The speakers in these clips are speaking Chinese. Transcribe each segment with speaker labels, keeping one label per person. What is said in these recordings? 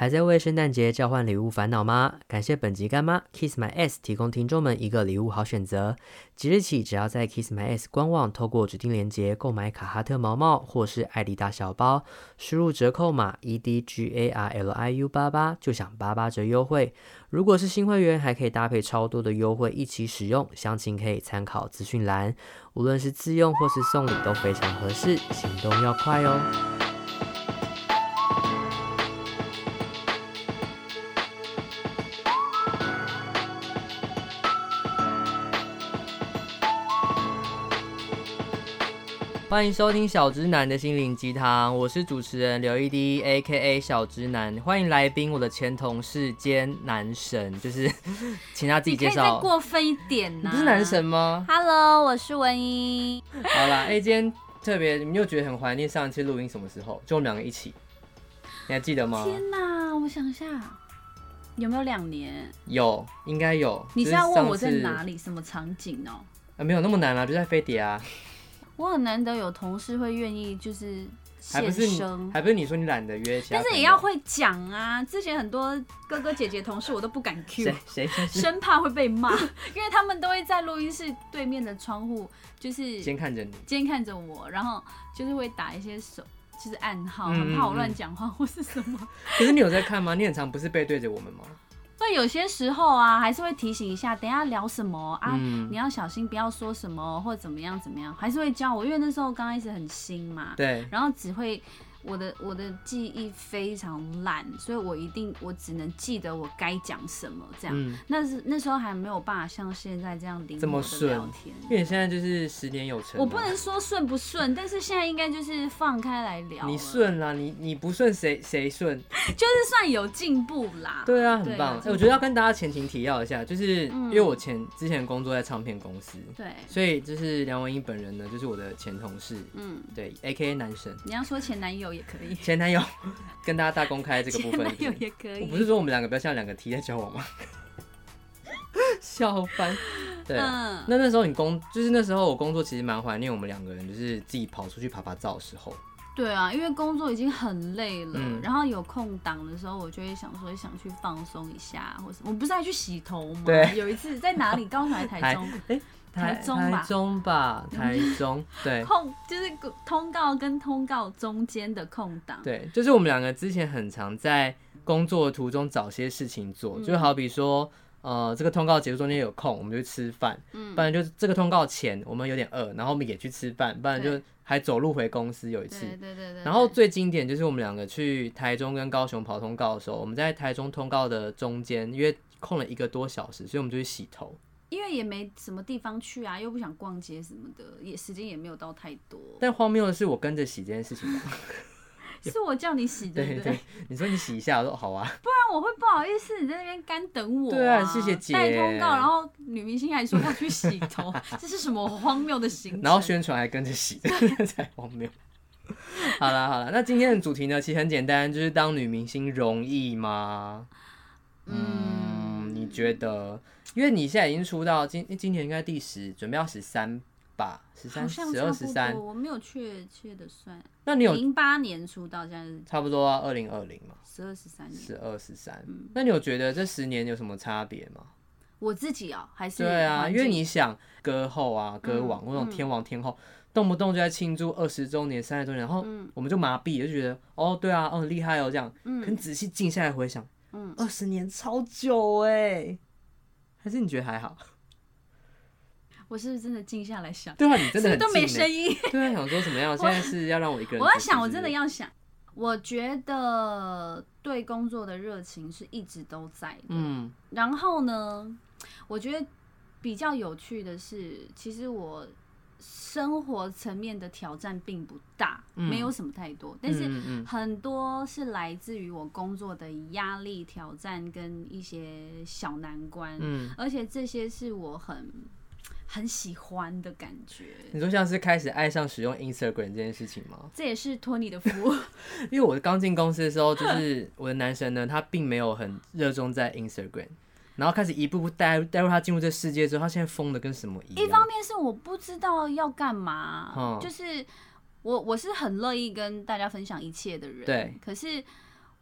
Speaker 1: 还在为圣诞节交换礼物烦恼吗？感谢本集干妈 Kiss My S 提供听众们一个礼物好选择。即日起，只要在 Kiss My S 官网透过指定链接购买卡哈特毛毛或是艾迪达小包，输入折扣码 E D G A R L I U 八八，就享八八折优惠。如果是新会员，还可以搭配超多的优惠一起使用，详情可以参考资讯栏。无论是自用或是送礼都非常合适，行动要快哦。欢迎收听小直男的心灵鸡汤，我是主持人刘一滴 a K A 小直男。欢迎来宾，我的前同事兼男神，就是 请他自己
Speaker 2: 你可
Speaker 1: 介
Speaker 2: 以再
Speaker 1: 绍。
Speaker 2: 过分一点
Speaker 1: 你
Speaker 2: 呐、
Speaker 1: 不是男神吗？
Speaker 2: ？Hello，我是文英。
Speaker 1: 好啦，哎、今天特别，你们又觉得很怀念上一次录音什么时候？就我们两个一起，你还记得吗？
Speaker 2: 天哪，我想一下，有没有两年？
Speaker 1: 有，应该有。
Speaker 2: 你
Speaker 1: 就是
Speaker 2: 要问我在
Speaker 1: 上次
Speaker 2: 哪？里、什么场景哦、
Speaker 1: 呃，没有那么难啦、就在飞碟啊，
Speaker 2: 我很难得有同事会愿意就是
Speaker 1: 还不
Speaker 2: 现
Speaker 1: 是你啊
Speaker 2: 身，
Speaker 1: 还不是你说你懒得约其他
Speaker 2: 但
Speaker 1: 朋友？
Speaker 2: 是也要会讲啊。之前很多哥哥姐姐同事我都不敢 Q
Speaker 1: 谁。谁先是
Speaker 2: 生怕会被骂， 因为他们都会在录音室对面的窗户，就是
Speaker 1: 先看着你。
Speaker 2: 今天看着我，然后就是会打一些手，就是暗号，
Speaker 1: 嗯
Speaker 2: 很怕
Speaker 1: 嗯
Speaker 2: 我乱
Speaker 1: 嗯
Speaker 2: 讲话或是什么。
Speaker 1: 可是你有在看吗？你很常不是背对着我们吗？
Speaker 2: 那有些时候啊，还是会提醒一下，等一下聊什么啊，
Speaker 1: 嗯
Speaker 2: 你要小心，不要说什么或怎么样怎么样，还是会教我，因为那时候刚开始很新嘛，
Speaker 1: 对，
Speaker 2: 然后只会我的我的记忆非常烂，所以我一定我只能记得我该讲什么这样。
Speaker 1: 嗯，
Speaker 2: 那是那时候还没有办法像现在这样灵
Speaker 1: 这么
Speaker 2: 活的
Speaker 1: 顺
Speaker 2: 聊天，
Speaker 1: 因为你现在就是十年有成啊。
Speaker 2: 我不能说顺不顺，但是现在应该就是放开来聊了，
Speaker 1: 你顺啦，你你不顺谁谁顺？
Speaker 2: 就是算有进步啦。
Speaker 1: 对啊，很
Speaker 2: 有
Speaker 1: 棒。
Speaker 2: 进
Speaker 1: 哎
Speaker 2: 步
Speaker 1: 我觉得要跟大家前情提要一下，就是
Speaker 2: 嗯
Speaker 1: 因为我前之前工作在唱片公司，
Speaker 2: 对，
Speaker 1: 所以就是梁文音本人呢，就是我的前同事，
Speaker 2: 嗯，
Speaker 1: 对，A K A 男神
Speaker 2: 你要说前男友也可以。
Speaker 1: 前男友，跟大家大公开这个部
Speaker 2: 前
Speaker 1: 分。
Speaker 2: 男友
Speaker 1: 就是
Speaker 2: 也可
Speaker 1: 我
Speaker 2: 以。
Speaker 1: 不是说我们两个不要像两个 T 在交往吗？, 笑翻。对啊，
Speaker 2: 嗯，
Speaker 1: 那那时候你工，就是那时候我工作其实蛮怀念我们两个人，就是自己跑出去爬爬照的时候。
Speaker 2: 对啊，因为工作已经很累了，
Speaker 1: 嗯
Speaker 2: 然后有空档的时候，我就会想说想去放松一下，或什么。我不是还去洗头吗？
Speaker 1: 对
Speaker 2: 有一次在哪里？高雄还 是台中？
Speaker 1: 哎、台
Speaker 2: 台中吧
Speaker 1: 台中吧，台中，对
Speaker 2: 空就是通告跟通告中间的空档。
Speaker 1: 对，就是我们两个之前很常在工作的途中找些事情做，
Speaker 2: 嗯
Speaker 1: 就好比说。呃，这个通告结束中间有空，我们就去吃饭；
Speaker 2: 嗯
Speaker 1: 不然就是这个通告前我们有点饿，然后我们也去吃饭；不然就
Speaker 2: 对
Speaker 1: 还走路回公司有一次
Speaker 2: 对对。对对对。
Speaker 1: 然后最经典就是我们两个去台中跟高雄跑通告的时候，我们在台中通告的中间，因为空了一个多小时，所以我们就去洗头。
Speaker 2: 因为也没什么地方去啊，又不想逛街什么的，也时间也没有到太多。
Speaker 1: 但荒谬的是，我跟着洗这件事情 吧。
Speaker 2: 是我叫你洗的，
Speaker 1: 对
Speaker 2: 对
Speaker 1: 对
Speaker 2: 不对？
Speaker 1: 对，你说你洗一下，我说好啊。
Speaker 2: 不然我会不好意思，你在那边干等我、
Speaker 1: 对啊谢谢姐
Speaker 2: 带通告，然后女明星还说要去洗头， 这是什么荒谬的行程？
Speaker 1: 然后宣传还跟着洗， 才荒谬。好啦好啦，那今天的主题呢，其实很简单，就是当女明星容易吗？嗯，你觉得？因为你现在已经出道，今今年应该第十，准备要十三吧，十
Speaker 2: 好
Speaker 1: 三、
Speaker 2: 像
Speaker 1: 十
Speaker 2: 差
Speaker 1: 二、
Speaker 2: 不
Speaker 1: 十
Speaker 2: 多，
Speaker 1: 三。
Speaker 2: 我没有确切的算，
Speaker 1: 那你有
Speaker 2: 零八年出道，现在是
Speaker 1: 差不多啊二零二零嘛，
Speaker 2: 十二十三年。
Speaker 1: 十二、十三。
Speaker 2: 嗯
Speaker 1: 那你有觉得这十年有什么差别吗？
Speaker 2: 我自己哦、还是
Speaker 1: 对啊，
Speaker 2: 环
Speaker 1: 因
Speaker 2: 境
Speaker 1: 为你想歌后啊、歌王
Speaker 2: 嗯
Speaker 1: 那种天王天后，动不动就在庆祝二十周年、三十周年，然后
Speaker 2: 嗯
Speaker 1: 我们就麻痹，就觉得哦，对啊，哦厉害哦这样。可你
Speaker 2: 嗯
Speaker 1: 仔细静下来回想，
Speaker 2: 嗯，
Speaker 1: 二十年超久哎，还是你觉得还好？
Speaker 2: 我是不是真的静下来想，
Speaker 1: 对啊，你真的
Speaker 2: 是
Speaker 1: 很
Speaker 2: 不是都没
Speaker 1: 静欸
Speaker 2: 声音？
Speaker 1: 对啊，想说什么样？现在是要让我一个人？
Speaker 2: 我在想，我真的。要想。我觉得对工作的热情是一直都在的，
Speaker 1: 嗯
Speaker 2: 然后呢，我觉得比较有趣的是，其实我生活层面的挑战并不大，
Speaker 1: 嗯
Speaker 2: 没有什么太多，但是
Speaker 1: 嗯嗯
Speaker 2: 很多是来自于我工作的压力、挑战跟一些小难关，
Speaker 1: 嗯，
Speaker 2: 而且这些是我很很喜欢的感觉。
Speaker 1: 你说像是开始爱上使用 Instagram 这件事情吗？
Speaker 2: 这也是托尼 的福，
Speaker 1: 因为我刚进公司的时候， 就是我的男神呢，他并没有很热衷在 Instagram，然后开始一步步带入带入他进入这世界之后，他现在疯的跟什么一样。
Speaker 2: 一方面是我不知道要干嘛，
Speaker 1: 嗯
Speaker 2: 就是我我是很乐意跟大家分享一切的人，
Speaker 1: 对，
Speaker 2: 可是。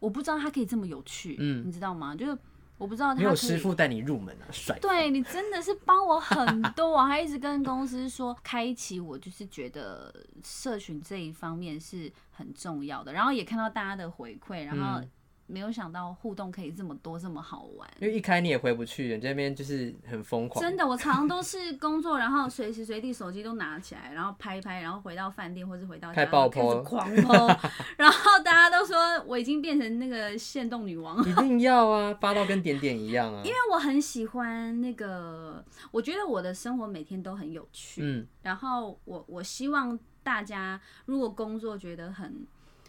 Speaker 2: 我不知道它可以这么有趣，
Speaker 1: 嗯
Speaker 2: 你知道吗？就是我不知道它
Speaker 1: 没有
Speaker 2: 可
Speaker 1: 师
Speaker 2: 以。
Speaker 1: 傅带你入门啊，帅。
Speaker 2: 对你真的是帮我很多，我还一直跟公司说，开启我就是觉得社群这一方面是很重要的，然后也看到大家的回馈，然后
Speaker 1: 嗯
Speaker 2: 没有想到互动可以这么多，这么好玩。
Speaker 1: 因为一开你也回不去，你这边就是很疯狂。
Speaker 2: 真的，我常常都是工作，然后随时随地手机都拿起来，然后拍一拍，然后回到饭店或是回到家，
Speaker 1: 开爆
Speaker 2: 然后开
Speaker 1: po
Speaker 2: 始狂剖，然后大家都说我已经变成那个限动女王，
Speaker 1: 一定要啊，发到跟点点一样啊。因为
Speaker 2: 因为我很喜欢那个，我觉得我的生活每天都很有趣，
Speaker 1: 嗯，
Speaker 2: 然后我我希望大家如果工作觉得很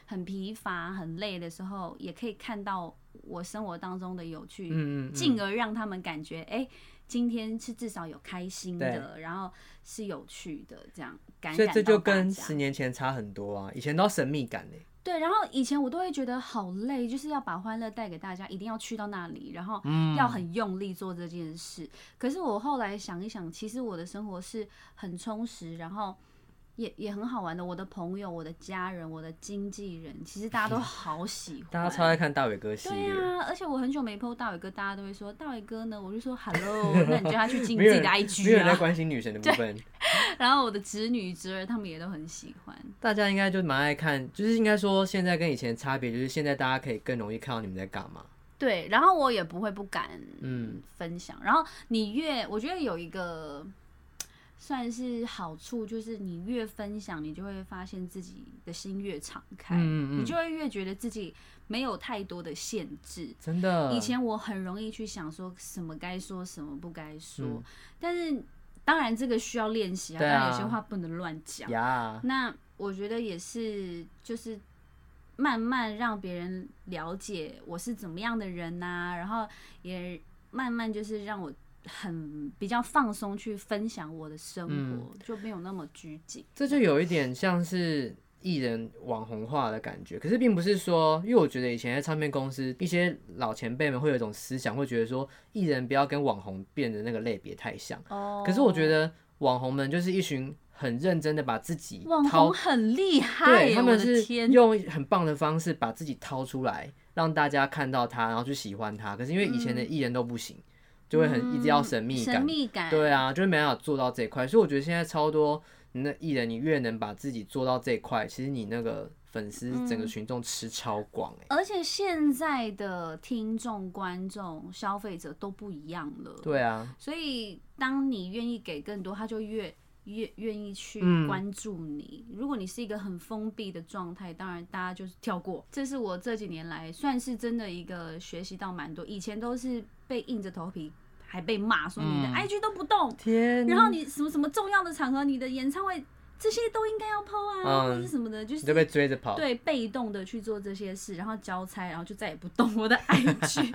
Speaker 2: 很疲乏、很累的时候，也可以看到我生活当中的有趣，
Speaker 1: 嗯嗯嗯
Speaker 2: 进而让他们感觉，哎、今天是至少有开心的，然后是有趣的，这样感
Speaker 1: 所
Speaker 2: 染
Speaker 1: 以
Speaker 2: 到
Speaker 1: 这就跟
Speaker 2: 大家
Speaker 1: 十年前差很多啊，以前都要神秘感呢、
Speaker 2: 对。然后以前我都会觉得好累，就是要把欢乐带给大家，一定要去到那里，然
Speaker 1: 嗯
Speaker 2: 后要很用力做这件事。可是我后来想一想，其实我的生活是很充实，然后。也也很好玩的，我的朋友、我的家人、我的经纪人，其实 大家都好喜欢，
Speaker 1: 大家超爱看大伟哥系
Speaker 2: 对
Speaker 1: 列，
Speaker 2: 啊，而且我很久没 PO 大伟哥，大家都会说大伟哥呢，我就说 Hello，那你叫他去经营
Speaker 1: 没
Speaker 2: 自
Speaker 1: 有
Speaker 2: 己
Speaker 1: 人
Speaker 2: 的
Speaker 1: 没有人
Speaker 2: IG
Speaker 1: 在
Speaker 2: 啊。
Speaker 1: 关心女神的部分。
Speaker 2: 然后我的侄女侄儿他们也都很喜欢。
Speaker 1: 大家应该就蛮爱看，就是应该说现在跟以前的差别就是现在大家可以更容易看到你们在干嘛。
Speaker 2: 对，然后我也不会不敢
Speaker 1: 嗯，
Speaker 2: 分享。然后你越，我觉得有一个算是好处，就是你越分享，你就会发现自己的心越敞开，
Speaker 1: 嗯嗯嗯
Speaker 2: 你就会越觉得自己没有太多的限制。
Speaker 1: 嗯真的。
Speaker 2: 以前我很容易去想说什么该说，什么不该说，
Speaker 1: 嗯
Speaker 2: 但是当然这个需要练习啊，
Speaker 1: 对
Speaker 2: 当
Speaker 1: 啊
Speaker 2: 然有些话不能乱讲。
Speaker 1: 呀，
Speaker 2: 那我觉得也是，就是慢慢让别人了解我是怎么样的人呐、然后也慢慢就是让我很比较放松去分享我的生活，
Speaker 1: 嗯
Speaker 2: 就没有那么拘谨。
Speaker 1: 这就有一点像是艺人网红化的感觉，可是并不是说，因为我觉得以前在唱片公司，一些老前辈们会有一种思想，会觉得说艺人不要跟网红变得那个类别太像。
Speaker 2: 哦
Speaker 1: 可是我觉得网红们就是一群很认真的把自己
Speaker 2: 网
Speaker 1: 掏
Speaker 2: 红，很厉害
Speaker 1: 对
Speaker 2: 耶，
Speaker 1: 他
Speaker 2: 我
Speaker 1: 们
Speaker 2: 的
Speaker 1: 是
Speaker 2: 天，
Speaker 1: 用很棒的方式把自己掏出来，让大家看到他，然后去喜欢他。可是因为以前的艺人都不行，就会很一直要神秘感，
Speaker 2: 嗯神秘感，
Speaker 1: 对啊，就是没办法做到这一块，所以我觉得现在超多你那艺人，你越能把自己做到这一块，其实你那个粉丝
Speaker 2: 嗯
Speaker 1: 整个群众吃超广哎、
Speaker 2: 而且现在的听众、观众、消费者都不一样了，
Speaker 1: 对啊，
Speaker 2: 所以当你愿意给更多，他就越越愿意去
Speaker 1: 嗯
Speaker 2: 关注你。如果你是一个很封闭的状态，当然大家就是跳过。这是我这几年来算是真的一个学习到蛮多，以前都是被硬着头皮，还被骂说你的
Speaker 1: 嗯
Speaker 2: IG 都不动，
Speaker 1: 天
Speaker 2: 然后你什么什么重要的场合，你的演唱会这些都应该要 PO 啊，
Speaker 1: 嗯
Speaker 2: 或者什么的，就是
Speaker 1: 你就被追着跑，
Speaker 2: 对，被动的去做这些事，然后交差，然后就再也不动我的 IG。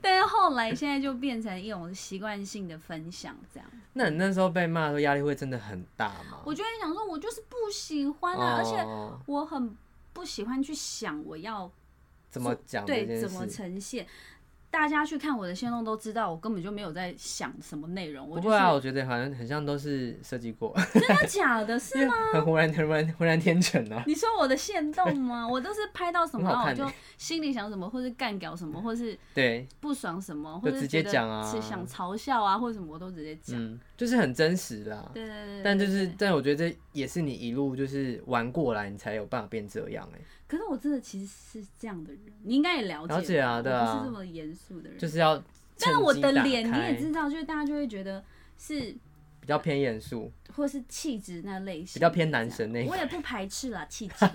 Speaker 2: 但是后来现在就变成一种习惯性的分享，这样。
Speaker 1: 那你那时候被骂的时候压力会真的很大吗？
Speaker 2: 我就会想说，我就是不喜欢啊，而且
Speaker 1: 哦
Speaker 2: 我很不喜欢去想我要
Speaker 1: 怎么讲这
Speaker 2: 对
Speaker 1: 件
Speaker 2: 怎么
Speaker 1: 事？
Speaker 2: 呈现。大家去看我的线动都知道，我根本就没有在想什么内容，我
Speaker 1: 不
Speaker 2: 就
Speaker 1: 会啊，
Speaker 2: 是
Speaker 1: 我觉得好像很像都是设计过，
Speaker 2: 真的假的，是吗？
Speaker 1: 很 浑然、很浑然、浑然天成啊。
Speaker 2: 你说我的线动吗？我都是拍到什么，
Speaker 1: 很
Speaker 2: 然
Speaker 1: 好
Speaker 2: 后我
Speaker 1: 看
Speaker 2: 就
Speaker 1: 欸
Speaker 2: 心里想什么，或是干掉什么，或是
Speaker 1: 对，
Speaker 2: 不爽什么，
Speaker 1: 就
Speaker 2: 或者
Speaker 1: 直接讲啊
Speaker 2: 是想嘲笑啊，或者什么，我都直接讲。
Speaker 1: 嗯，就是很真实啦。
Speaker 2: 对对对对。
Speaker 1: 但就是
Speaker 2: 对，
Speaker 1: 但我觉得这也是你一路就是玩过来，你才有办法变这样哎、
Speaker 2: 可是我真的其实是这样的人，你应该也了解吧，
Speaker 1: 了解啊
Speaker 2: 我
Speaker 1: 对啊
Speaker 2: 不是这么严肃的人。
Speaker 1: 就是要趁机打开。
Speaker 2: 但是我的脸你也知道，就是大家就会觉得是
Speaker 1: 比较偏严肃，
Speaker 2: 或是气质那类型，
Speaker 1: 比较偏男神那一
Speaker 2: 这样
Speaker 1: 块
Speaker 2: 我也不排斥啦，气质。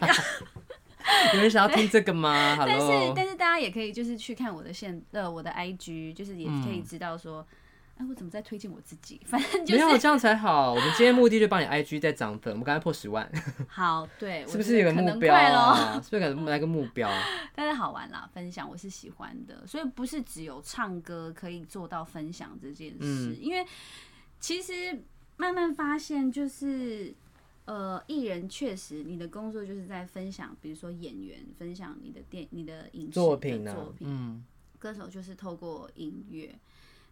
Speaker 1: 有人想要听这个吗
Speaker 2: 但是
Speaker 1: ？Hello，
Speaker 2: 但是大家也可以就是去看我的现呃我的 IG，就是也可以
Speaker 1: 嗯
Speaker 2: 知道说，哎、我怎么在推荐我自己？ 反正就
Speaker 1: 没有
Speaker 2: 是
Speaker 1: 这样才好。我们今天目的就帮你 IG 再涨粉，我们刚才破十万，
Speaker 2: 好，对，我
Speaker 1: 是不
Speaker 2: 觉
Speaker 1: 是
Speaker 2: 得
Speaker 1: 有个
Speaker 2: 可
Speaker 1: 目
Speaker 2: 能
Speaker 1: 标
Speaker 2: 快咯
Speaker 1: 啊？是不是有个来个目 标？
Speaker 2: 但是好玩啦，分享我是喜欢的，所以不是只有唱歌可以做到分享这件事，
Speaker 1: 嗯
Speaker 2: 因为其实慢慢发现就是。呃，艺人确实，你的工作就是在分享，比如说演员分享你的电、你的影视的
Speaker 1: 作品呢、
Speaker 2: 作品
Speaker 1: 嗯，
Speaker 2: 歌手就是透过音乐，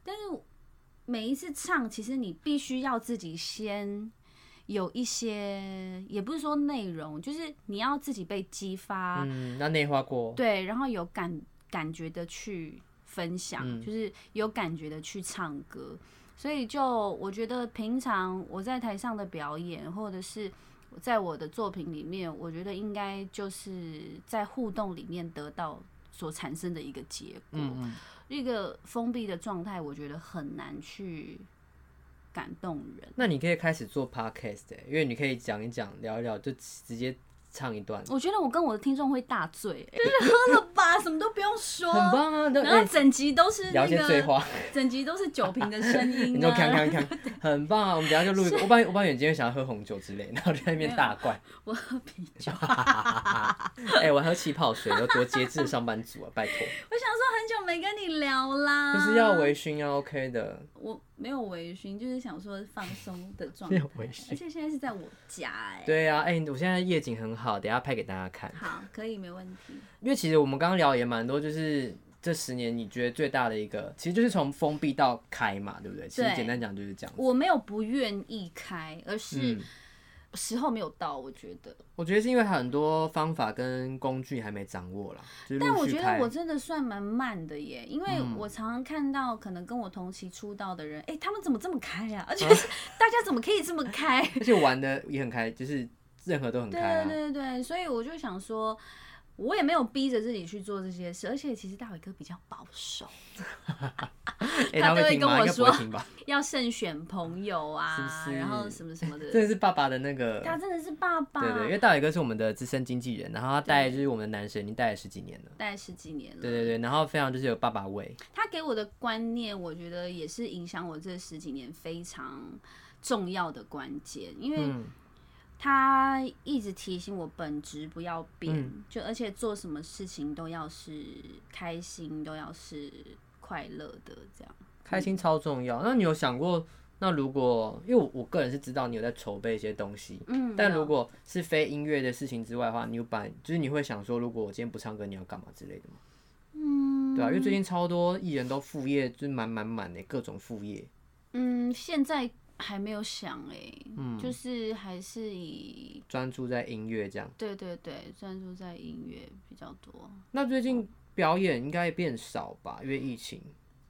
Speaker 2: 但是每一次唱，其实你必须要自己先有一些，也不是说内容，就是你要自己被激发，
Speaker 1: 嗯，那内化过，
Speaker 2: 对，然后有感感觉的去分享，
Speaker 1: 嗯
Speaker 2: 就是有感觉的去唱歌。所以就我觉得平常我在台上的表演，或者是在我的作品里面，我觉得应该就是在互动里面得到所产生的一个结果。
Speaker 1: 嗯嗯，
Speaker 2: 一个封闭的状态，我觉得很难去感动人。
Speaker 1: 那你可以开始做 podcast，、欸、因为你可以讲一讲，聊一聊，就直接唱一段，
Speaker 2: 我觉得我跟我的听众会大醉、欸， 就是喝了吧，什么都不用说，
Speaker 1: 很棒啊！那
Speaker 2: 然后
Speaker 1: 欸
Speaker 2: 整集都是
Speaker 1: 聊
Speaker 2: 那
Speaker 1: 一些醉
Speaker 2: 个，
Speaker 1: 话，
Speaker 2: 整集都是酒瓶的 声
Speaker 1: 你
Speaker 2: 音
Speaker 1: 就看
Speaker 2: 啊。
Speaker 1: 看看，很棒啊！我们等一下就录一个，我本来我本来今天想要喝红酒之类，然后就在那边大灌，
Speaker 2: 我喝 啤酒，我
Speaker 1: 哎、我还喝气泡水，有多节制的上班族啊！拜托，
Speaker 2: 想说很久没跟你聊啦，
Speaker 1: 就是要微醺要 OK 的，
Speaker 2: 我没有微醺，就是想说放松的 状
Speaker 1: 没
Speaker 2: 态
Speaker 1: 有微醺，
Speaker 2: 而且现在是在我家哎、
Speaker 1: 对呀、啊，哎、我现在夜景很好，等一下拍给大家看。
Speaker 2: 好，可以没问题。
Speaker 1: 因为其实我们刚刚聊也蛮多，就是这十年你觉得最大的一个，其实就是从封闭到开嘛，对不对？其实
Speaker 2: 对
Speaker 1: 简单讲就是这样子。
Speaker 2: 我没有不愿意开，而是
Speaker 1: 嗯，
Speaker 2: 时候没有到，我觉得。
Speaker 1: 我觉得是因为很多方法跟工具还没掌握啦，就是
Speaker 2: 但
Speaker 1: 陆
Speaker 2: 我
Speaker 1: 续
Speaker 2: 觉
Speaker 1: 开嗯
Speaker 2: 得我真的算蛮慢的耶，因为我常常看到可能跟我同期出道的人，哎、他们怎么这么 开啊？而且是大家怎么可以这么开？
Speaker 1: 而且玩的也很开，就是任何都很
Speaker 2: 对
Speaker 1: 开啊。
Speaker 2: 对对对，所以我就想说，我也没有逼着自己去做这些事，而且其实大伟哥比较保守，
Speaker 1: 哎、
Speaker 2: 他
Speaker 1: 他
Speaker 2: 都
Speaker 1: 会
Speaker 2: 会
Speaker 1: 听
Speaker 2: 跟
Speaker 1: 吗？
Speaker 2: 我
Speaker 1: 应该不会
Speaker 2: 说
Speaker 1: 听 吧？
Speaker 2: 要慎选朋友啊，
Speaker 1: 是不是
Speaker 2: 然后什么什么
Speaker 1: 真
Speaker 2: 的。
Speaker 1: 的是爸爸的那个，
Speaker 2: 他真的是爸爸，
Speaker 1: 对对，因为大伟哥是我们的资深经纪人，然后他带就是我们的男神已经带了十几年了。
Speaker 2: 待十几年了。
Speaker 1: 对对对，然后非常就是有爸爸味，
Speaker 2: 他给我的观念，我觉得也是影响我这十几年非常重要的关键，因为
Speaker 1: 嗯
Speaker 2: 他一直提醒我本质不要变，
Speaker 1: 嗯
Speaker 2: 就而且做什么事情都要是开心，都要是快乐的这样。
Speaker 1: 开
Speaker 2: 嗯
Speaker 1: 心超重要。那你有想过，那如果因为我我个人是知道你有在筹备一些东西，
Speaker 2: 嗯，
Speaker 1: 但
Speaker 2: 有
Speaker 1: 如果是非音乐的事情之外的话，你有把就是你会想说，如果我今天不唱歌，你要干嘛之类的吗？
Speaker 2: 嗯
Speaker 1: 对啊，因为最近超多艺人都副业就是满满满的各种副业，
Speaker 2: 嗯现在还没有想哎、
Speaker 1: 嗯
Speaker 2: 就是还是以
Speaker 1: 专注在音乐这样。
Speaker 2: 对对对专注在音乐比较多，
Speaker 1: 那最近表演应该变少吧，因为疫情，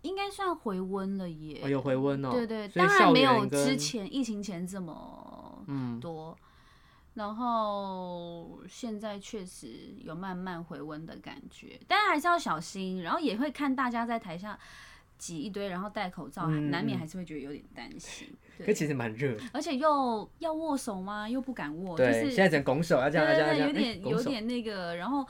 Speaker 2: 应该算回温了耶。
Speaker 1: 哦有回温哦。
Speaker 2: 对对，
Speaker 1: 所以
Speaker 2: 当然
Speaker 1: 校
Speaker 2: 没有
Speaker 1: 园跟嗯
Speaker 2: 之前疫情前这么多，然后现在确实有慢慢回温的感觉，但还是要小心，然后也会看大家在台下挤一堆，然后戴口罩，还
Speaker 1: 嗯
Speaker 2: 难免
Speaker 1: 嗯
Speaker 2: 还是会觉得有点担心。
Speaker 1: 可
Speaker 2: 对，
Speaker 1: 其实蛮热的。
Speaker 2: 而且又要握手吗？又不敢握， 就
Speaker 1: 对，
Speaker 2: 是
Speaker 1: 现在只能拱手，要这样，要这样，要
Speaker 2: 对对
Speaker 1: 这
Speaker 2: 对，
Speaker 1: 样哎
Speaker 2: 有点
Speaker 1: 拱
Speaker 2: 有
Speaker 1: 手
Speaker 2: 点那个，然后。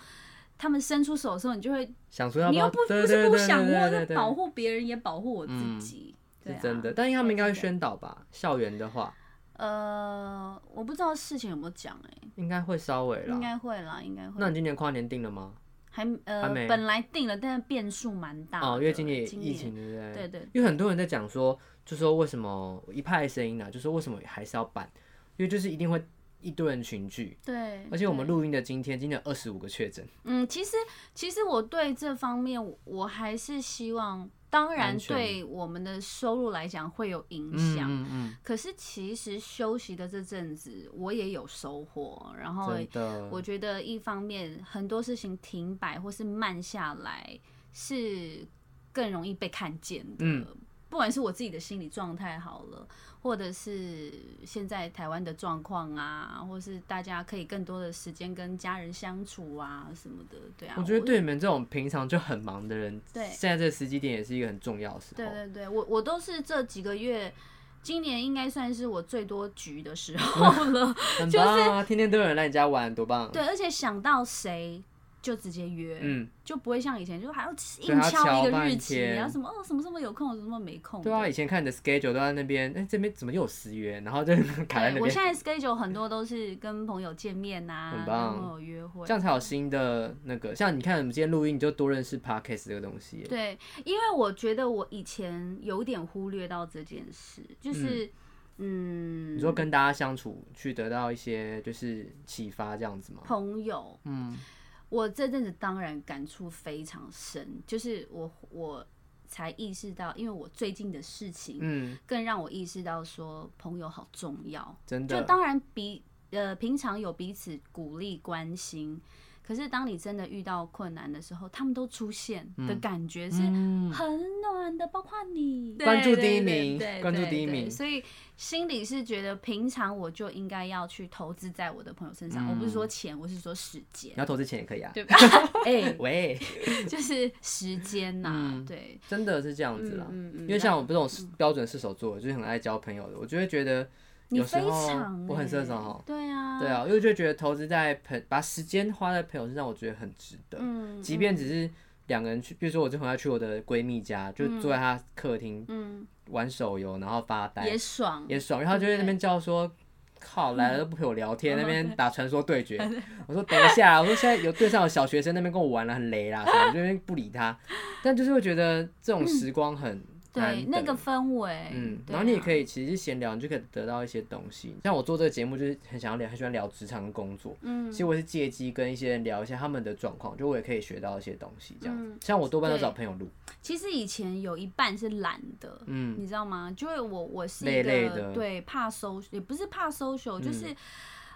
Speaker 2: 他们伸出手的时候，你就会，
Speaker 1: 想说要
Speaker 2: 你又
Speaker 1: 要
Speaker 2: 不
Speaker 1: 对
Speaker 2: 不
Speaker 1: 对
Speaker 2: 是不
Speaker 1: 对
Speaker 2: 想
Speaker 1: 对
Speaker 2: 握，
Speaker 1: 对
Speaker 2: 就
Speaker 1: 对
Speaker 2: 保护别人，也保护我
Speaker 1: 嗯
Speaker 2: 自己，对
Speaker 1: 是
Speaker 2: 啊
Speaker 1: 真的，但他们应该会
Speaker 2: 是的
Speaker 1: 宣导吧？校园的话，
Speaker 2: 呃，我不知道事情有没有讲哎、
Speaker 1: 应该会稍微
Speaker 2: 应
Speaker 1: 啦。
Speaker 2: 该会啦，应该会。
Speaker 1: 那你今年跨年定了吗？
Speaker 2: 还呃
Speaker 1: 还没
Speaker 2: 本来定了，但是变数蛮大的。
Speaker 1: 哦，因为今年也
Speaker 2: 啊今
Speaker 1: 疫情，对不对？
Speaker 2: 对对
Speaker 1: 因为很多人在讲说，就说为什么一派声音呢、啊就说为什么还是要办？因为就是一定会一堆人群聚，
Speaker 2: 对。
Speaker 1: 而且我们
Speaker 2: 对，
Speaker 1: 录音的今天，今天有二十五个确诊，
Speaker 2: 嗯，其实其实我对这方面，我还是希望，当然
Speaker 1: 安全
Speaker 2: 对我们的收入来讲会有影
Speaker 1: 嗯
Speaker 2: 响。
Speaker 1: 嗯嗯，
Speaker 2: 可是其实休息的这阵子，我也有收获，然后
Speaker 1: 真的，
Speaker 2: 哦我觉得一方面很多事情停摆或是慢下来是更容易被看见的，
Speaker 1: 嗯
Speaker 2: 不管是我自己的心理状态好了，或者是现在台湾的状况啊，或是大家可以更多的时间跟家人相处啊什么的，对啊，
Speaker 1: 我觉得对你们这种平常就很忙的人，
Speaker 2: 对
Speaker 1: 现在这个时机点也是一个很重要的时候。
Speaker 2: 对对对，我我都是这几个月。今年应该算是我最多局的时候了，
Speaker 1: 很棒啊！天天都有人来你家玩，多棒！
Speaker 2: 对，而且想到谁就直接约，
Speaker 1: 嗯，
Speaker 2: 就不会像以前，就还要
Speaker 1: 还
Speaker 2: 硬
Speaker 1: 要
Speaker 2: 敲
Speaker 1: 敲
Speaker 2: 一个日
Speaker 1: 半
Speaker 2: 期，
Speaker 1: 天
Speaker 2: 然后什么哦什么时候有空，什么时候没空。
Speaker 1: 对啊，以前看你的 schedule 都在那边，哎、这边怎么又有十约，然后就 卡在那
Speaker 2: 对，我
Speaker 1: 边
Speaker 2: 现，在 schedule 很多都是跟朋友见面呐、
Speaker 1: 很棒
Speaker 2: 跟朋友约会
Speaker 1: 这。样才有新的那个。像你看，我们今天录音，你就多认识 podcast 这个东西。
Speaker 2: 对，因为我觉得我以前有点忽略到这件事，就是嗯
Speaker 1: 你说跟大家相处，去得到一些就是启发，这样子吗？
Speaker 2: 朋友，
Speaker 1: 嗯，
Speaker 2: 我这阵子当然感触非常深，就是我我才意识到，因为我最近的事情，
Speaker 1: 嗯，
Speaker 2: 更让我意识到说朋友好重要。
Speaker 1: 真
Speaker 2: 就
Speaker 1: 的，
Speaker 2: 当然彼呃平常有彼此鼓励关心，可是当你真的遇到困难的时候，他们都出现的感觉是
Speaker 1: 嗯，
Speaker 2: 很暖的，包括你
Speaker 1: 关注第一
Speaker 2: 对对
Speaker 1: 名
Speaker 2: 对对
Speaker 1: 关注第一
Speaker 2: 对
Speaker 1: 名
Speaker 2: 所以心里是觉得平常我就应该要去投资在我的朋友身上，
Speaker 1: 嗯
Speaker 2: 我不是说钱，我是说时间
Speaker 1: 你，要投资钱也可以啊。
Speaker 2: 对吧？ 哎，
Speaker 1: 喂，
Speaker 2: 就是时间呐、
Speaker 1: 嗯
Speaker 2: 对，
Speaker 1: 真的是这样子啦。
Speaker 2: 嗯嗯，
Speaker 1: 因为像我不这种标准射手座，就是很爱交朋友的，我就会觉得
Speaker 2: 你
Speaker 1: 有时
Speaker 2: 非
Speaker 1: 候
Speaker 2: 常，
Speaker 1: 我很射
Speaker 2: 欸
Speaker 1: 手哦
Speaker 2: 对啊，
Speaker 1: 对，啊，因为就觉得投资在朋，把时间花在朋友身上，我觉得很值得。
Speaker 2: 嗯，
Speaker 1: 即便只是两个人去，比如说我就很爱去我的闺蜜家，就坐在她客厅
Speaker 2: 嗯
Speaker 1: 玩手游，然后发
Speaker 2: 嗯
Speaker 1: 呆
Speaker 2: 也爽，
Speaker 1: 也爽，然后她就在那边叫说。靠，来了都不陪我聊天，
Speaker 2: 嗯
Speaker 1: 那边打传说对 决。我说等一下，我说现在有对上有小学生那边跟我玩了，很雷啦，什么我就那边不理他。但就是会觉得这种时光很难
Speaker 2: 嗯对那
Speaker 1: 得
Speaker 2: 个氛围，
Speaker 1: 嗯，
Speaker 2: 对
Speaker 1: 然后你也
Speaker 2: 啊
Speaker 1: 可以其实闲聊，你就可以得到一些东西。像我做这个节目，就是很想要聊，很喜欢聊职场跟工作。
Speaker 2: 嗯
Speaker 1: 其实我是借机跟一些人聊一下他们的状况，就我也可以学到一些东西。这样子，
Speaker 2: 嗯
Speaker 1: 像我多半都
Speaker 2: 对
Speaker 1: 找朋友录，
Speaker 2: 其实以前有一半是懒的，
Speaker 1: 嗯
Speaker 2: 你知道吗？就是我我是
Speaker 1: 累
Speaker 2: 一个
Speaker 1: 累的嗯
Speaker 2: 对怕 social，也不是怕 social，就是、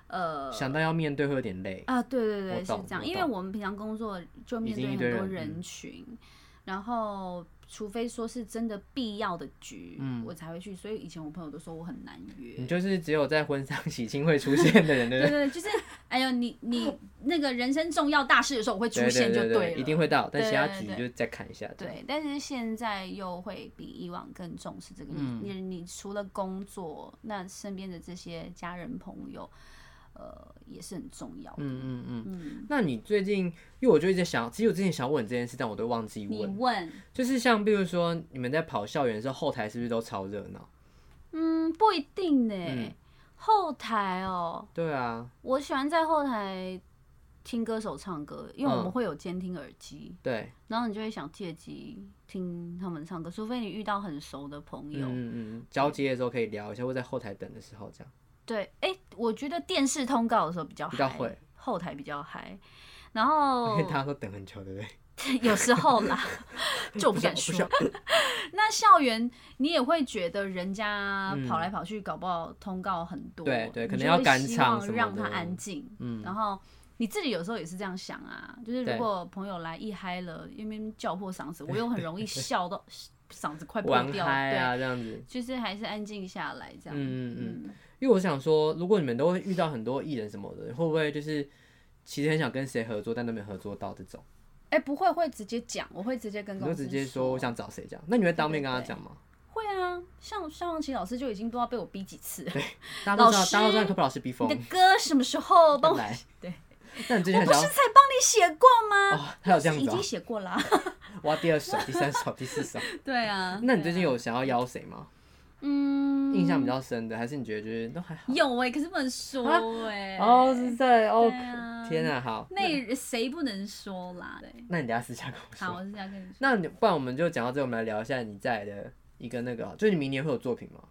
Speaker 2: 呃
Speaker 1: 想到要面对会有点累。
Speaker 2: 啊，对对
Speaker 1: 我
Speaker 2: 对，是
Speaker 1: 懂
Speaker 2: 这样，
Speaker 1: 我
Speaker 2: 因为
Speaker 1: 懂
Speaker 2: 我们平常工作就面
Speaker 1: 经
Speaker 2: 对
Speaker 1: 一堆
Speaker 2: 很多
Speaker 1: 人嗯
Speaker 2: 人群，然后除非说是真的必要的局，
Speaker 1: 嗯
Speaker 2: 我才会去。所以以前我朋友都说我很难约，
Speaker 1: 你就是只有在婚丧喜庆会出现的人，对不
Speaker 2: 对
Speaker 1: 对？
Speaker 2: 对，就是哎呦，你你那个人生重要大事的时候，我会 出
Speaker 1: 对
Speaker 2: 现
Speaker 1: 对
Speaker 2: 就
Speaker 1: 对
Speaker 2: 了，
Speaker 1: 一定会到，但
Speaker 2: 对
Speaker 1: 其他
Speaker 2: 对
Speaker 1: 局
Speaker 2: 对
Speaker 1: 就再看一下。这样，
Speaker 2: 对，但是现在又会比以往更重视这个。
Speaker 1: 嗯
Speaker 2: 你你除了工作，那身边的这些家人朋友，呃，也是很重要的。
Speaker 1: 嗯嗯嗯。
Speaker 2: 嗯，
Speaker 1: 那你最近，因为我就一直想，其实我之前想问你这件事，但我都忘记
Speaker 2: 你
Speaker 1: 问。
Speaker 2: 问，
Speaker 1: 就是像比如说，你们在跑校园的时候，后台是不是都超热闹？
Speaker 2: 嗯，不一定呢、
Speaker 1: 嗯
Speaker 2: 后台哦，
Speaker 1: 对啊，
Speaker 2: 我喜欢在后台听歌手唱歌，因为我
Speaker 1: 嗯
Speaker 2: 们会有监听耳机，
Speaker 1: 对，
Speaker 2: 然后你就会想借机听他们唱歌，除非你遇到很熟的朋友。
Speaker 1: 嗯嗯，交接的时候可以聊一下，或在后台等的时候这样。
Speaker 2: 对，哎、我觉得电视通告的时候比较
Speaker 1: 比较
Speaker 2: 嗨
Speaker 1: 会，
Speaker 2: 后台比较嗨。然后
Speaker 1: 因为大家都等很久，对不对？
Speaker 2: 有时候 啦，就不敢
Speaker 1: 不是
Speaker 2: 说。 那校园你也会觉得人家跑来跑去，搞不好通告很多，
Speaker 1: 嗯对对可
Speaker 2: 你
Speaker 1: 能
Speaker 2: 就
Speaker 1: 要
Speaker 2: 会
Speaker 1: 赶
Speaker 2: 希
Speaker 1: 场
Speaker 2: 望
Speaker 1: 什么
Speaker 2: 让
Speaker 1: 的
Speaker 2: 他安静。
Speaker 1: 嗯
Speaker 2: 然后你自己有时候也是这样想啊，就是
Speaker 1: 对
Speaker 2: 如果朋友来一嗨了，因为叫破嗓子，我又 很容易笑到嗓子快破
Speaker 1: 玩
Speaker 2: 掉，
Speaker 1: 嗨
Speaker 2: 对，
Speaker 1: 啊，这样子。
Speaker 2: 就是还是安静下来这
Speaker 1: 嗯
Speaker 2: 样。
Speaker 1: 嗯
Speaker 2: 嗯，
Speaker 1: 因为我想说，如果你们都会遇到很多艺人什么的，会不会就是其实很想跟谁合作，但都没有合作到这种？
Speaker 2: 哎、不会会直接讲，我会直接跟
Speaker 1: 你
Speaker 2: 公
Speaker 1: 就
Speaker 2: 司
Speaker 1: 直接说我想找谁这样？那你会当面跟他
Speaker 2: 对对对
Speaker 1: 讲吗？
Speaker 2: 会啊，像肖望琪老师就已经不知道被我逼几次了。
Speaker 1: 大家都知道，
Speaker 2: 老师
Speaker 1: 大家都知道科普老师逼
Speaker 2: 你
Speaker 1: 疯
Speaker 2: 的，歌什么时候帮我？
Speaker 1: 来。
Speaker 2: 对，
Speaker 1: 那你最近
Speaker 2: 我
Speaker 1: 很
Speaker 2: 不
Speaker 1: 想
Speaker 2: 是
Speaker 1: 要
Speaker 2: 才帮你写过吗？
Speaker 1: 哦，他有这样
Speaker 2: 已
Speaker 1: 子
Speaker 2: 经
Speaker 1: 哦，
Speaker 2: 写过啦。
Speaker 1: 哇，第二首、第三首、第四首。
Speaker 2: 对啊
Speaker 1: 那你最近
Speaker 2: 有
Speaker 1: 有想要邀谁吗？
Speaker 2: 嗯
Speaker 1: 印象比较深的，还是你觉得就是都还好？
Speaker 2: 有哎、可是不能说 哎、
Speaker 1: 哦，是在哦
Speaker 2: 对，啊
Speaker 1: 天啊，好，
Speaker 2: 那谁不能说啦？对，
Speaker 1: 那你等一下私下跟我
Speaker 2: 好，
Speaker 1: 说。
Speaker 2: 我是这样跟你说。
Speaker 1: 那你不然我们就讲到这，我们来聊一下你在的一个那个，就是你明年会有作品吗？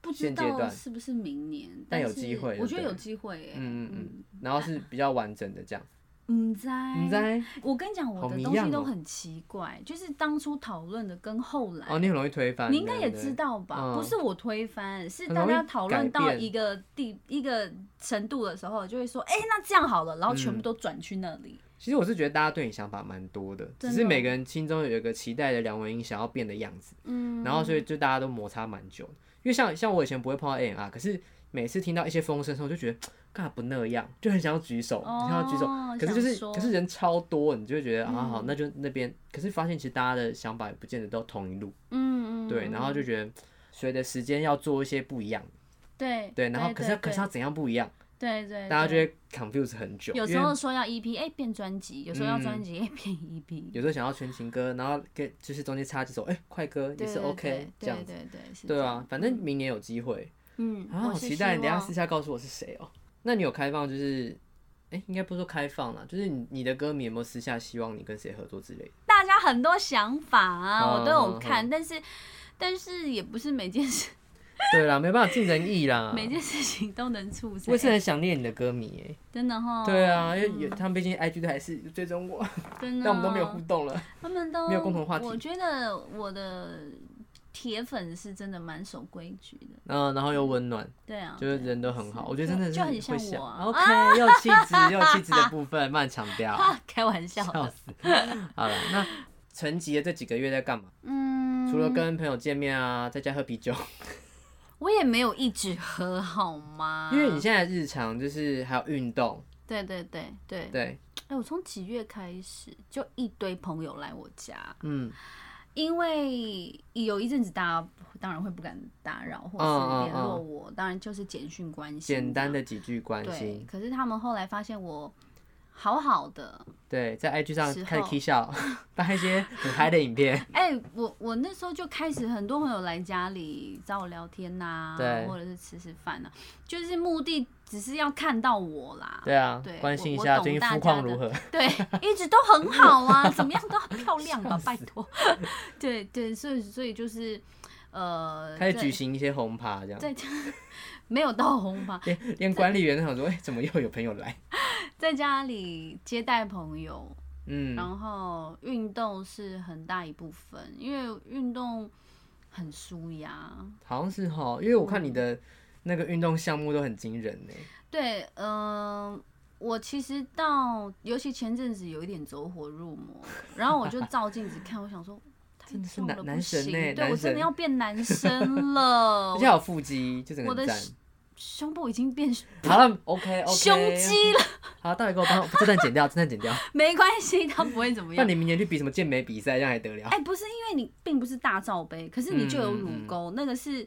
Speaker 2: 不知
Speaker 1: 现阶
Speaker 2: 道
Speaker 1: 段
Speaker 2: 是不是明年，
Speaker 1: 但
Speaker 2: 但
Speaker 1: 有
Speaker 2: 是
Speaker 1: 机会
Speaker 2: 我
Speaker 1: 对
Speaker 2: 觉得
Speaker 1: 不
Speaker 2: 有
Speaker 1: 对
Speaker 2: 机会哎、
Speaker 1: 嗯嗯嗯，然后是比较完整的这样。
Speaker 2: 嗯，唔知
Speaker 1: 你在
Speaker 2: 我跟你讲，我
Speaker 1: 好
Speaker 2: 的
Speaker 1: 迷
Speaker 2: 东
Speaker 1: 样
Speaker 2: 西都
Speaker 1: 哦
Speaker 2: 很奇怪，就是当初讨论的跟后来
Speaker 1: 哦，你很容易推翻。
Speaker 2: 你应该
Speaker 1: 对
Speaker 2: 也
Speaker 1: 不对
Speaker 2: 知。道吧？
Speaker 1: 嗯
Speaker 2: 不是我推翻，是
Speaker 1: 很
Speaker 2: 大
Speaker 1: 容易
Speaker 2: 家讨论
Speaker 1: 改
Speaker 2: 到
Speaker 1: 变
Speaker 2: 一个地一个程度的时候，就会说，哎、那这样好了，然后全部
Speaker 1: 嗯
Speaker 2: 都转去那里。
Speaker 1: 其实我是觉得大家对你想法蛮多的，只
Speaker 2: 真的
Speaker 1: 是
Speaker 2: 哦
Speaker 1: 每个人心中有一个期待的梁文音想要变的样子，
Speaker 2: 嗯，
Speaker 1: 然后所以就大家都摩擦蛮久的。因为像像我以前不会碰到 A N R，可是每次听到一些风声的时候，我就觉得干嘛不那样，就很想要举手，
Speaker 2: 哦
Speaker 1: 很想要举手。可是就是
Speaker 2: 想说
Speaker 1: 可是人超多，你就会觉得啊
Speaker 2: 嗯
Speaker 1: 好，那就那边。可是发现其实大家的想法也不见得都同一路，
Speaker 2: 嗯嗯，
Speaker 1: 对，
Speaker 2: 嗯
Speaker 1: 然后就觉得随着时间要做一些不一样，
Speaker 2: 对
Speaker 1: 对，然后可是要可
Speaker 2: 对
Speaker 1: 是要怎样不一样，
Speaker 2: 对对，
Speaker 1: 大家就
Speaker 2: 对
Speaker 1: 会 confuse 很久，
Speaker 2: 有
Speaker 1: 因
Speaker 2: 时
Speaker 1: 为
Speaker 2: 候说要 EP，哎、变专辑；有时候要专
Speaker 1: 嗯
Speaker 2: 辑，哎、变 EP。
Speaker 1: 有时候想要全情歌，然后跟就是中间插几首哎快歌也
Speaker 2: 对
Speaker 1: 是
Speaker 2: 对
Speaker 1: OK 这
Speaker 2: 对
Speaker 1: 样子，
Speaker 2: 对对，是
Speaker 1: 对
Speaker 2: 这
Speaker 1: 啊
Speaker 2: 样，
Speaker 1: 反正明年有机会，
Speaker 2: 嗯，
Speaker 1: 啊，
Speaker 2: 我
Speaker 1: 好
Speaker 2: 是
Speaker 1: 期待！
Speaker 2: 希
Speaker 1: 你等一下
Speaker 2: 望
Speaker 1: 私下告诉我是谁哦。那你有开放就是，哎、应该不是说开放啦，就是你你的歌迷有没有私下希望你跟谁合作之类的？
Speaker 2: 大家很多想法啊，
Speaker 1: 嗯
Speaker 2: 我都有
Speaker 1: 嗯
Speaker 2: 看，但是但是也不是每件事
Speaker 1: 对啦，没办法，尽人意啦。
Speaker 2: 每件事情都能促成
Speaker 1: 嗯我也，是很想念你的歌迷欸耶、
Speaker 2: 真的哈。
Speaker 1: 对啊，因为有他们毕竟 IG 都还是追踪我，
Speaker 2: 真的。
Speaker 1: 但我们都没有互动了。
Speaker 2: 他们都
Speaker 1: 没有共同话题
Speaker 2: 我觉得我的铁粉是真的蛮守规矩的，
Speaker 1: 嗯，然后又温暖，
Speaker 2: 对啊，
Speaker 1: 就是
Speaker 2: 对啊
Speaker 1: 人都很好，我觉得真的
Speaker 2: 就是就很
Speaker 1: 会
Speaker 2: 像
Speaker 1: 想
Speaker 2: 我啊
Speaker 1: OK，又气质，又气质的部分，慢强调。
Speaker 2: 啊 开玩笑
Speaker 1: 笑
Speaker 2: 的，
Speaker 1: 死！好了，那沉寂的这几个月在干嘛？
Speaker 2: 嗯，
Speaker 1: 除了跟朋友见面啊，在家喝啤酒，
Speaker 2: 我也没有一直喝好吗？
Speaker 1: 因为你现在日常就是还有运动，
Speaker 2: 对对对对，
Speaker 1: 对，
Speaker 2: 哎，我从几月开始就一堆朋友来我家，
Speaker 1: 嗯，
Speaker 2: 因为有一阵子大家当然会不敢打扰或是联络我，当然就是简讯关
Speaker 1: 嗯
Speaker 2: 心，
Speaker 1: 简单的几句关
Speaker 2: 对
Speaker 1: 心。，
Speaker 2: 可是他们后来发现我好好的，
Speaker 1: 对，在 IG 上
Speaker 2: 时候
Speaker 1: 开始 K 笑， 发一些很嗨的影片，
Speaker 2: 哎、我我那时候就开始很多朋友来家里找我聊天呐、
Speaker 1: 对
Speaker 2: 或者是吃吃饭呐、就是目的只是要看到我啦。
Speaker 1: 对啊
Speaker 2: 对，
Speaker 1: 关心一
Speaker 2: 我
Speaker 1: 下
Speaker 2: 我
Speaker 1: 最近
Speaker 2: 懂大
Speaker 1: 肤
Speaker 2: 家
Speaker 1: 况
Speaker 2: 的
Speaker 1: 如何。
Speaker 2: 对，一直都很好啊， 怎么样都很漂亮吧，拜托。对对，所以所以就是呃，
Speaker 1: 开始
Speaker 2: 在
Speaker 1: 举行一些红趴，这样
Speaker 2: 在没有到红吧，
Speaker 1: 连 连管理员都想说，哎、怎么又有朋友来？
Speaker 2: 在家里接待朋友，
Speaker 1: 嗯，
Speaker 2: 然后运动是很大一部分，因为运动很舒压。
Speaker 1: 好像是哈，因为我看你的那个运动项目都很惊人呢。
Speaker 2: 对，嗯、我其实到，尤其前阵子有一点走火入魔，然后我就照镜子看，我想说。太
Speaker 1: 真的是
Speaker 2: 重
Speaker 1: 男
Speaker 2: 了不
Speaker 1: 男神
Speaker 2: 行，
Speaker 1: 欸
Speaker 2: 对
Speaker 1: 男
Speaker 2: 我真
Speaker 1: 神
Speaker 2: 的要变男生了
Speaker 1: 而，且还有腹肌，就整个
Speaker 2: 我的
Speaker 1: 很赞。
Speaker 2: 胸部已经变
Speaker 1: 好了，OK OK。
Speaker 2: 胸肌了，
Speaker 1: 好，到底给我帮我这段剪掉，这段剪 掉。
Speaker 2: 没关系，它不会怎么
Speaker 1: 那
Speaker 2: 样。
Speaker 1: 你明年去比什么健美比赛，这样还得了
Speaker 2: 哎、？不是因为你并不是大罩杯，可是你就有
Speaker 1: 嗯嗯
Speaker 2: 乳
Speaker 1: 嗯
Speaker 2: 沟，那个是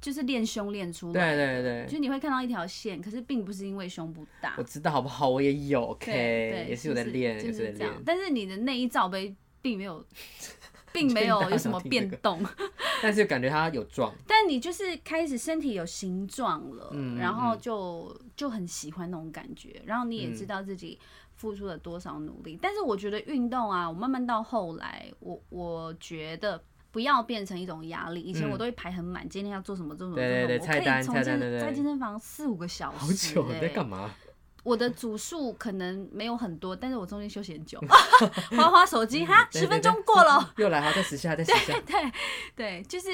Speaker 2: 就是练胸练出来
Speaker 1: 对对
Speaker 2: 的，
Speaker 1: 对
Speaker 2: 就是你会看到一条线，可是并不是因为胸部大
Speaker 1: 我。知道好不好？我也有
Speaker 2: 对对
Speaker 1: OK，，也是有在
Speaker 2: 就是
Speaker 1: 练，
Speaker 2: 就
Speaker 1: 也
Speaker 2: 是
Speaker 1: 在
Speaker 2: 这样
Speaker 1: 练。。
Speaker 2: 但是你的那一罩杯并 没有，并没
Speaker 1: 天
Speaker 2: 有
Speaker 1: 哪
Speaker 2: 有什么
Speaker 1: 听这
Speaker 2: 变
Speaker 1: 个
Speaker 2: 动，
Speaker 1: 但是感觉他有壮，
Speaker 2: 但你就是开始身体有形状了，
Speaker 1: 嗯嗯
Speaker 2: 然后
Speaker 1: 嗯
Speaker 2: 就就很喜欢那种感觉，然后你也知
Speaker 1: 嗯
Speaker 2: 道自己付出了多少努力。但是我觉得运动啊，我慢慢到后来，我我觉得。不要变成一种压力。以前我
Speaker 1: 嗯
Speaker 2: 都会排很满，今天要做什么做什么做
Speaker 1: 对对
Speaker 2: 什
Speaker 1: 对
Speaker 2: 么
Speaker 1: 菜单菜
Speaker 2: 我可以从
Speaker 1: 单
Speaker 2: 健
Speaker 1: 对对
Speaker 2: 在
Speaker 1: 对
Speaker 2: 健身房四五个小时、
Speaker 1: 好久
Speaker 2: 欸
Speaker 1: 在干嘛？
Speaker 2: 我的组数可能没有很多，但是我中间休息 很久， 滑滑手机哈，
Speaker 1: 嗯对
Speaker 2: 十
Speaker 1: 对
Speaker 2: 分
Speaker 1: 对
Speaker 2: 钟过了，哦
Speaker 1: 又来，好，再十下，再十下。
Speaker 2: 对对，就是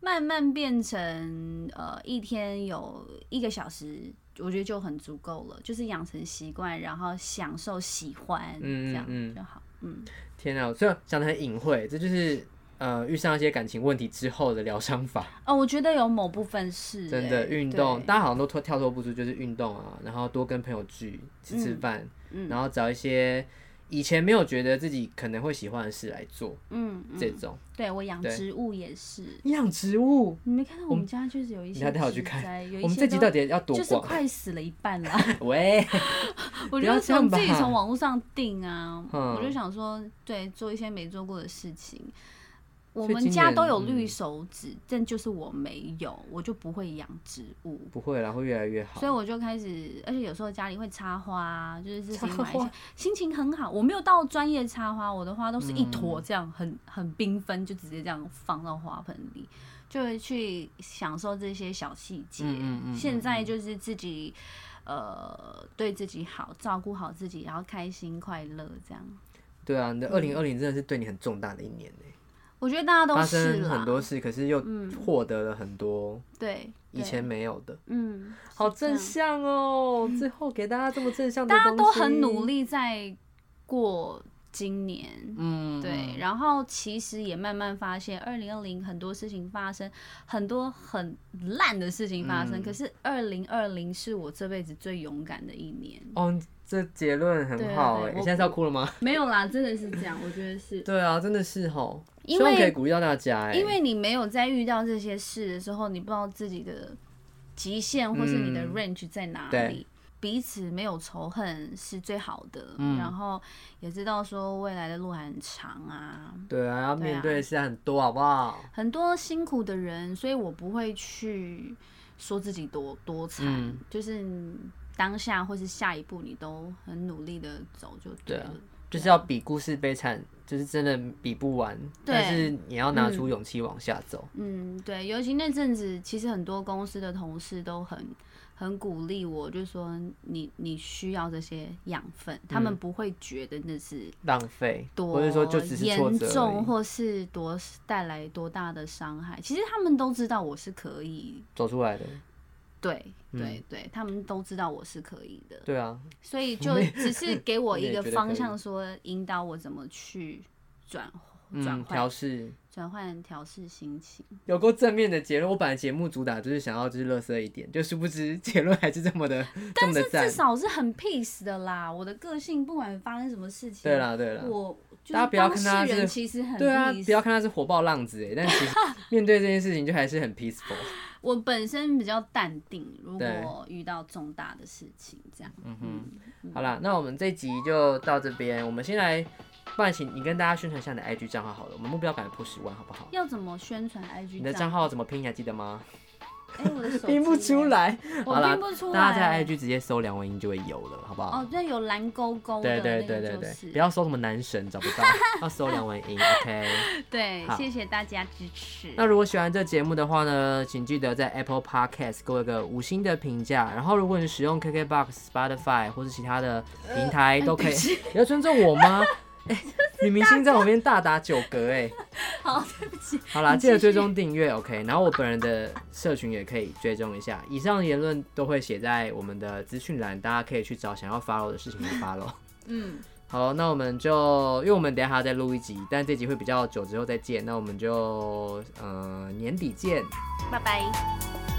Speaker 2: 慢慢变成呃，一天有一个小时，我觉得就很足够了，就是养成习惯，然后享受喜欢，
Speaker 1: 嗯
Speaker 2: 这样
Speaker 1: 嗯
Speaker 2: 就好。嗯，
Speaker 1: 天啊，虽然讲的很隐晦，这就是呃遇上一些感情问题之后的疗伤法。
Speaker 2: 哦，我觉得有某部分是
Speaker 1: 真
Speaker 2: 欸
Speaker 1: 的运动，
Speaker 2: 对
Speaker 1: 大家好像都脱跳脱不出，就是运动啊，然后多跟朋友聚，吃吃饭，
Speaker 2: 嗯
Speaker 1: 然后找一些以前没有觉得自己可能会喜欢的事来做，
Speaker 2: 嗯嗯，
Speaker 1: 这种
Speaker 2: 对我养
Speaker 1: 对
Speaker 2: 植物也是，
Speaker 1: 养植物。
Speaker 2: 你没看到我们家就是有一
Speaker 1: 你
Speaker 2: 些
Speaker 1: 要带我去
Speaker 2: 植
Speaker 1: 看
Speaker 2: 栽有一
Speaker 1: 我们
Speaker 2: 些
Speaker 1: 这集
Speaker 2: 都
Speaker 1: 到底要多
Speaker 2: 就是
Speaker 1: 广？
Speaker 2: 快死了一半啦。
Speaker 1: 喂，
Speaker 2: 我
Speaker 1: 不
Speaker 2: 觉
Speaker 1: 要
Speaker 2: 得
Speaker 1: 这样
Speaker 2: 从自己
Speaker 1: 吧
Speaker 2: 从网络上订啊，
Speaker 1: 嗯
Speaker 2: 我就想说，对，做一些没做过的事情。我
Speaker 1: 所以
Speaker 2: 们
Speaker 1: 今
Speaker 2: 家都
Speaker 1: 年
Speaker 2: 有绿
Speaker 1: 嗯
Speaker 2: 手指，但就是我没有，我就不会养植物，
Speaker 1: 不会啦，会越来越好。
Speaker 2: 所以我就开始，而且有时候家里会插花啊，就是自己
Speaker 1: 插
Speaker 2: 买一些
Speaker 1: 花，
Speaker 2: 心情很好。我没有到专业插花，我的花都是一坨这样，
Speaker 1: 嗯
Speaker 2: 很很缤纷，就直接这样放到花盆里，就会去享受这些小细节。
Speaker 1: 嗯嗯嗯嗯
Speaker 2: 现在就是自己。呃，对自己好，照顾好自己，然后开心快乐这样，
Speaker 1: 对啊，你的二零二零真的是对你很重大的一年呢，
Speaker 2: 我觉得大家都
Speaker 1: 发
Speaker 2: 是
Speaker 1: 生
Speaker 2: 啦
Speaker 1: 很，多事，可是又
Speaker 2: 嗯
Speaker 1: 获得了很多
Speaker 2: 对，
Speaker 1: 以
Speaker 2: 对
Speaker 1: 前没有的，
Speaker 2: 嗯，
Speaker 1: 好
Speaker 2: 是这样
Speaker 1: 正向哦！最后给大家这么正向的
Speaker 2: 大家都很
Speaker 1: 力。
Speaker 2: 努力在过今年，
Speaker 1: 嗯，
Speaker 2: 对，然后其实也慢慢发现，二零二零很多事情发生，很多很烂的事情发生。
Speaker 1: 嗯
Speaker 2: 可是二零二零是我这辈子最勇敢的一年。
Speaker 1: 哦，你这结论
Speaker 2: 对
Speaker 1: 很
Speaker 2: 啊
Speaker 1: 好
Speaker 2: 对
Speaker 1: 哎，你
Speaker 2: 我
Speaker 1: 现在是要哭了吗？
Speaker 2: 没有啦，真的是这样，我觉得是。
Speaker 1: 对啊，真的是吼，
Speaker 2: 因
Speaker 1: 希望
Speaker 2: 为
Speaker 1: 可以鼓励到大家哎、
Speaker 2: 因为你没有在遇到这些事的时候，你不知道自己的极限或是你的
Speaker 1: 嗯
Speaker 2: range 在哪里。
Speaker 1: 对
Speaker 2: 彼此没有仇恨是最好的，
Speaker 1: 嗯
Speaker 2: 然后也知道说未来的路还很长啊，
Speaker 1: 对啊，要
Speaker 2: 对啊
Speaker 1: 面对的事很多，好不好？
Speaker 2: 很多辛苦的人，所以我不会去说自己多多惨，
Speaker 1: 嗯
Speaker 2: 就是当下或是下一步你都很努力的走就
Speaker 1: 对
Speaker 2: 对了。
Speaker 1: 啊就是要比故事悲惨，就是真的比不完，但
Speaker 2: 对
Speaker 1: 是也要拿出勇气往下走。
Speaker 2: 嗯，对，尤其那阵子，其实很多公司的同事都很很鼓励我，就说你你需要这些养分，他们不会觉得那是
Speaker 1: 浪费，
Speaker 2: 多
Speaker 1: 嗯或者说就只是挫
Speaker 2: 严
Speaker 1: 折而
Speaker 2: 重，
Speaker 1: 已，
Speaker 2: 或是多带来多大的伤害。其实他们都知道我是可以，
Speaker 1: 走出来的。
Speaker 2: 对
Speaker 1: 嗯
Speaker 2: 对对，他们都知道我是可以的，
Speaker 1: 对啊，
Speaker 2: 所以就 只是给我
Speaker 1: 我也
Speaker 2: 一个
Speaker 1: 觉得可
Speaker 2: 方
Speaker 1: 以
Speaker 2: 向，说引导我怎么去转转
Speaker 1: 嗯，
Speaker 2: 换
Speaker 1: 调试
Speaker 2: 转换调试心情。
Speaker 1: 有过正面的结论。我本来节目主打就是想要就是乐色一点，就殊不知结论还是这么的这么的
Speaker 2: 至
Speaker 1: 赞。
Speaker 2: 少是很 peace 的啦。我的个性不管发生什么事情，
Speaker 1: 对啦对啦，
Speaker 2: 我就是
Speaker 1: 大家不要看他
Speaker 2: 当事人
Speaker 1: 是
Speaker 2: 其实很
Speaker 1: 对啊，
Speaker 2: peace
Speaker 1: 不要看他是火爆浪子哎，但其实面对这件事情就还是很 peaceful。
Speaker 2: 我本身比较淡定，如
Speaker 1: 对
Speaker 2: 果遇到重大的事情这样，
Speaker 1: 嗯哼，好啦，那我们这集就到这边，我们先来。不然，请你跟大家宣传一下你的 IG 账号好了，我们目标赶快破十万，好不好？
Speaker 2: 要怎么宣传 IG？
Speaker 1: 嗯你的账？号怎么拼？你还记得吗？
Speaker 2: 哎、我的手
Speaker 1: 拼不
Speaker 2: 机
Speaker 1: 出，来。
Speaker 2: 我
Speaker 1: 好啦
Speaker 2: 拼不出来。
Speaker 1: 大家在 IG 直接搜梁文音就会有了，好不好？
Speaker 2: 哦，对，有蓝勾勾
Speaker 1: 对
Speaker 2: 的
Speaker 1: 对
Speaker 2: 那
Speaker 1: 对
Speaker 2: 个
Speaker 1: 对
Speaker 2: 就
Speaker 1: 对，
Speaker 2: 是，
Speaker 1: 不要搜什么男神找不 到，要搜梁文音。OK。
Speaker 2: 对
Speaker 1: 好
Speaker 2: 谢谢大家支持。
Speaker 1: 那如果喜欢这节目的话呢，请记得在 Apple Podcast 给我一个五星的评价。然后，如果你使用 KKBox、Spotify 或是其他的平台，
Speaker 2: 呃
Speaker 1: 都可以。你要尊重我 吗？哎、你明星在我面大打九格哎、
Speaker 2: 好，对不起，
Speaker 1: 好啦，
Speaker 2: 你
Speaker 1: 记
Speaker 2: 继续
Speaker 1: 得追踪订阅 OK。然后我本人的社群也可以追踪一下。以上言论都会写在我们的资讯栏，大家可以去找想要 follow 的事情去 follow。
Speaker 2: 嗯，
Speaker 1: 好，那我们就，因为我们等一下还要再录一集，但这集会比较久之后再见。那我们就，呃，年底见。
Speaker 2: 拜拜。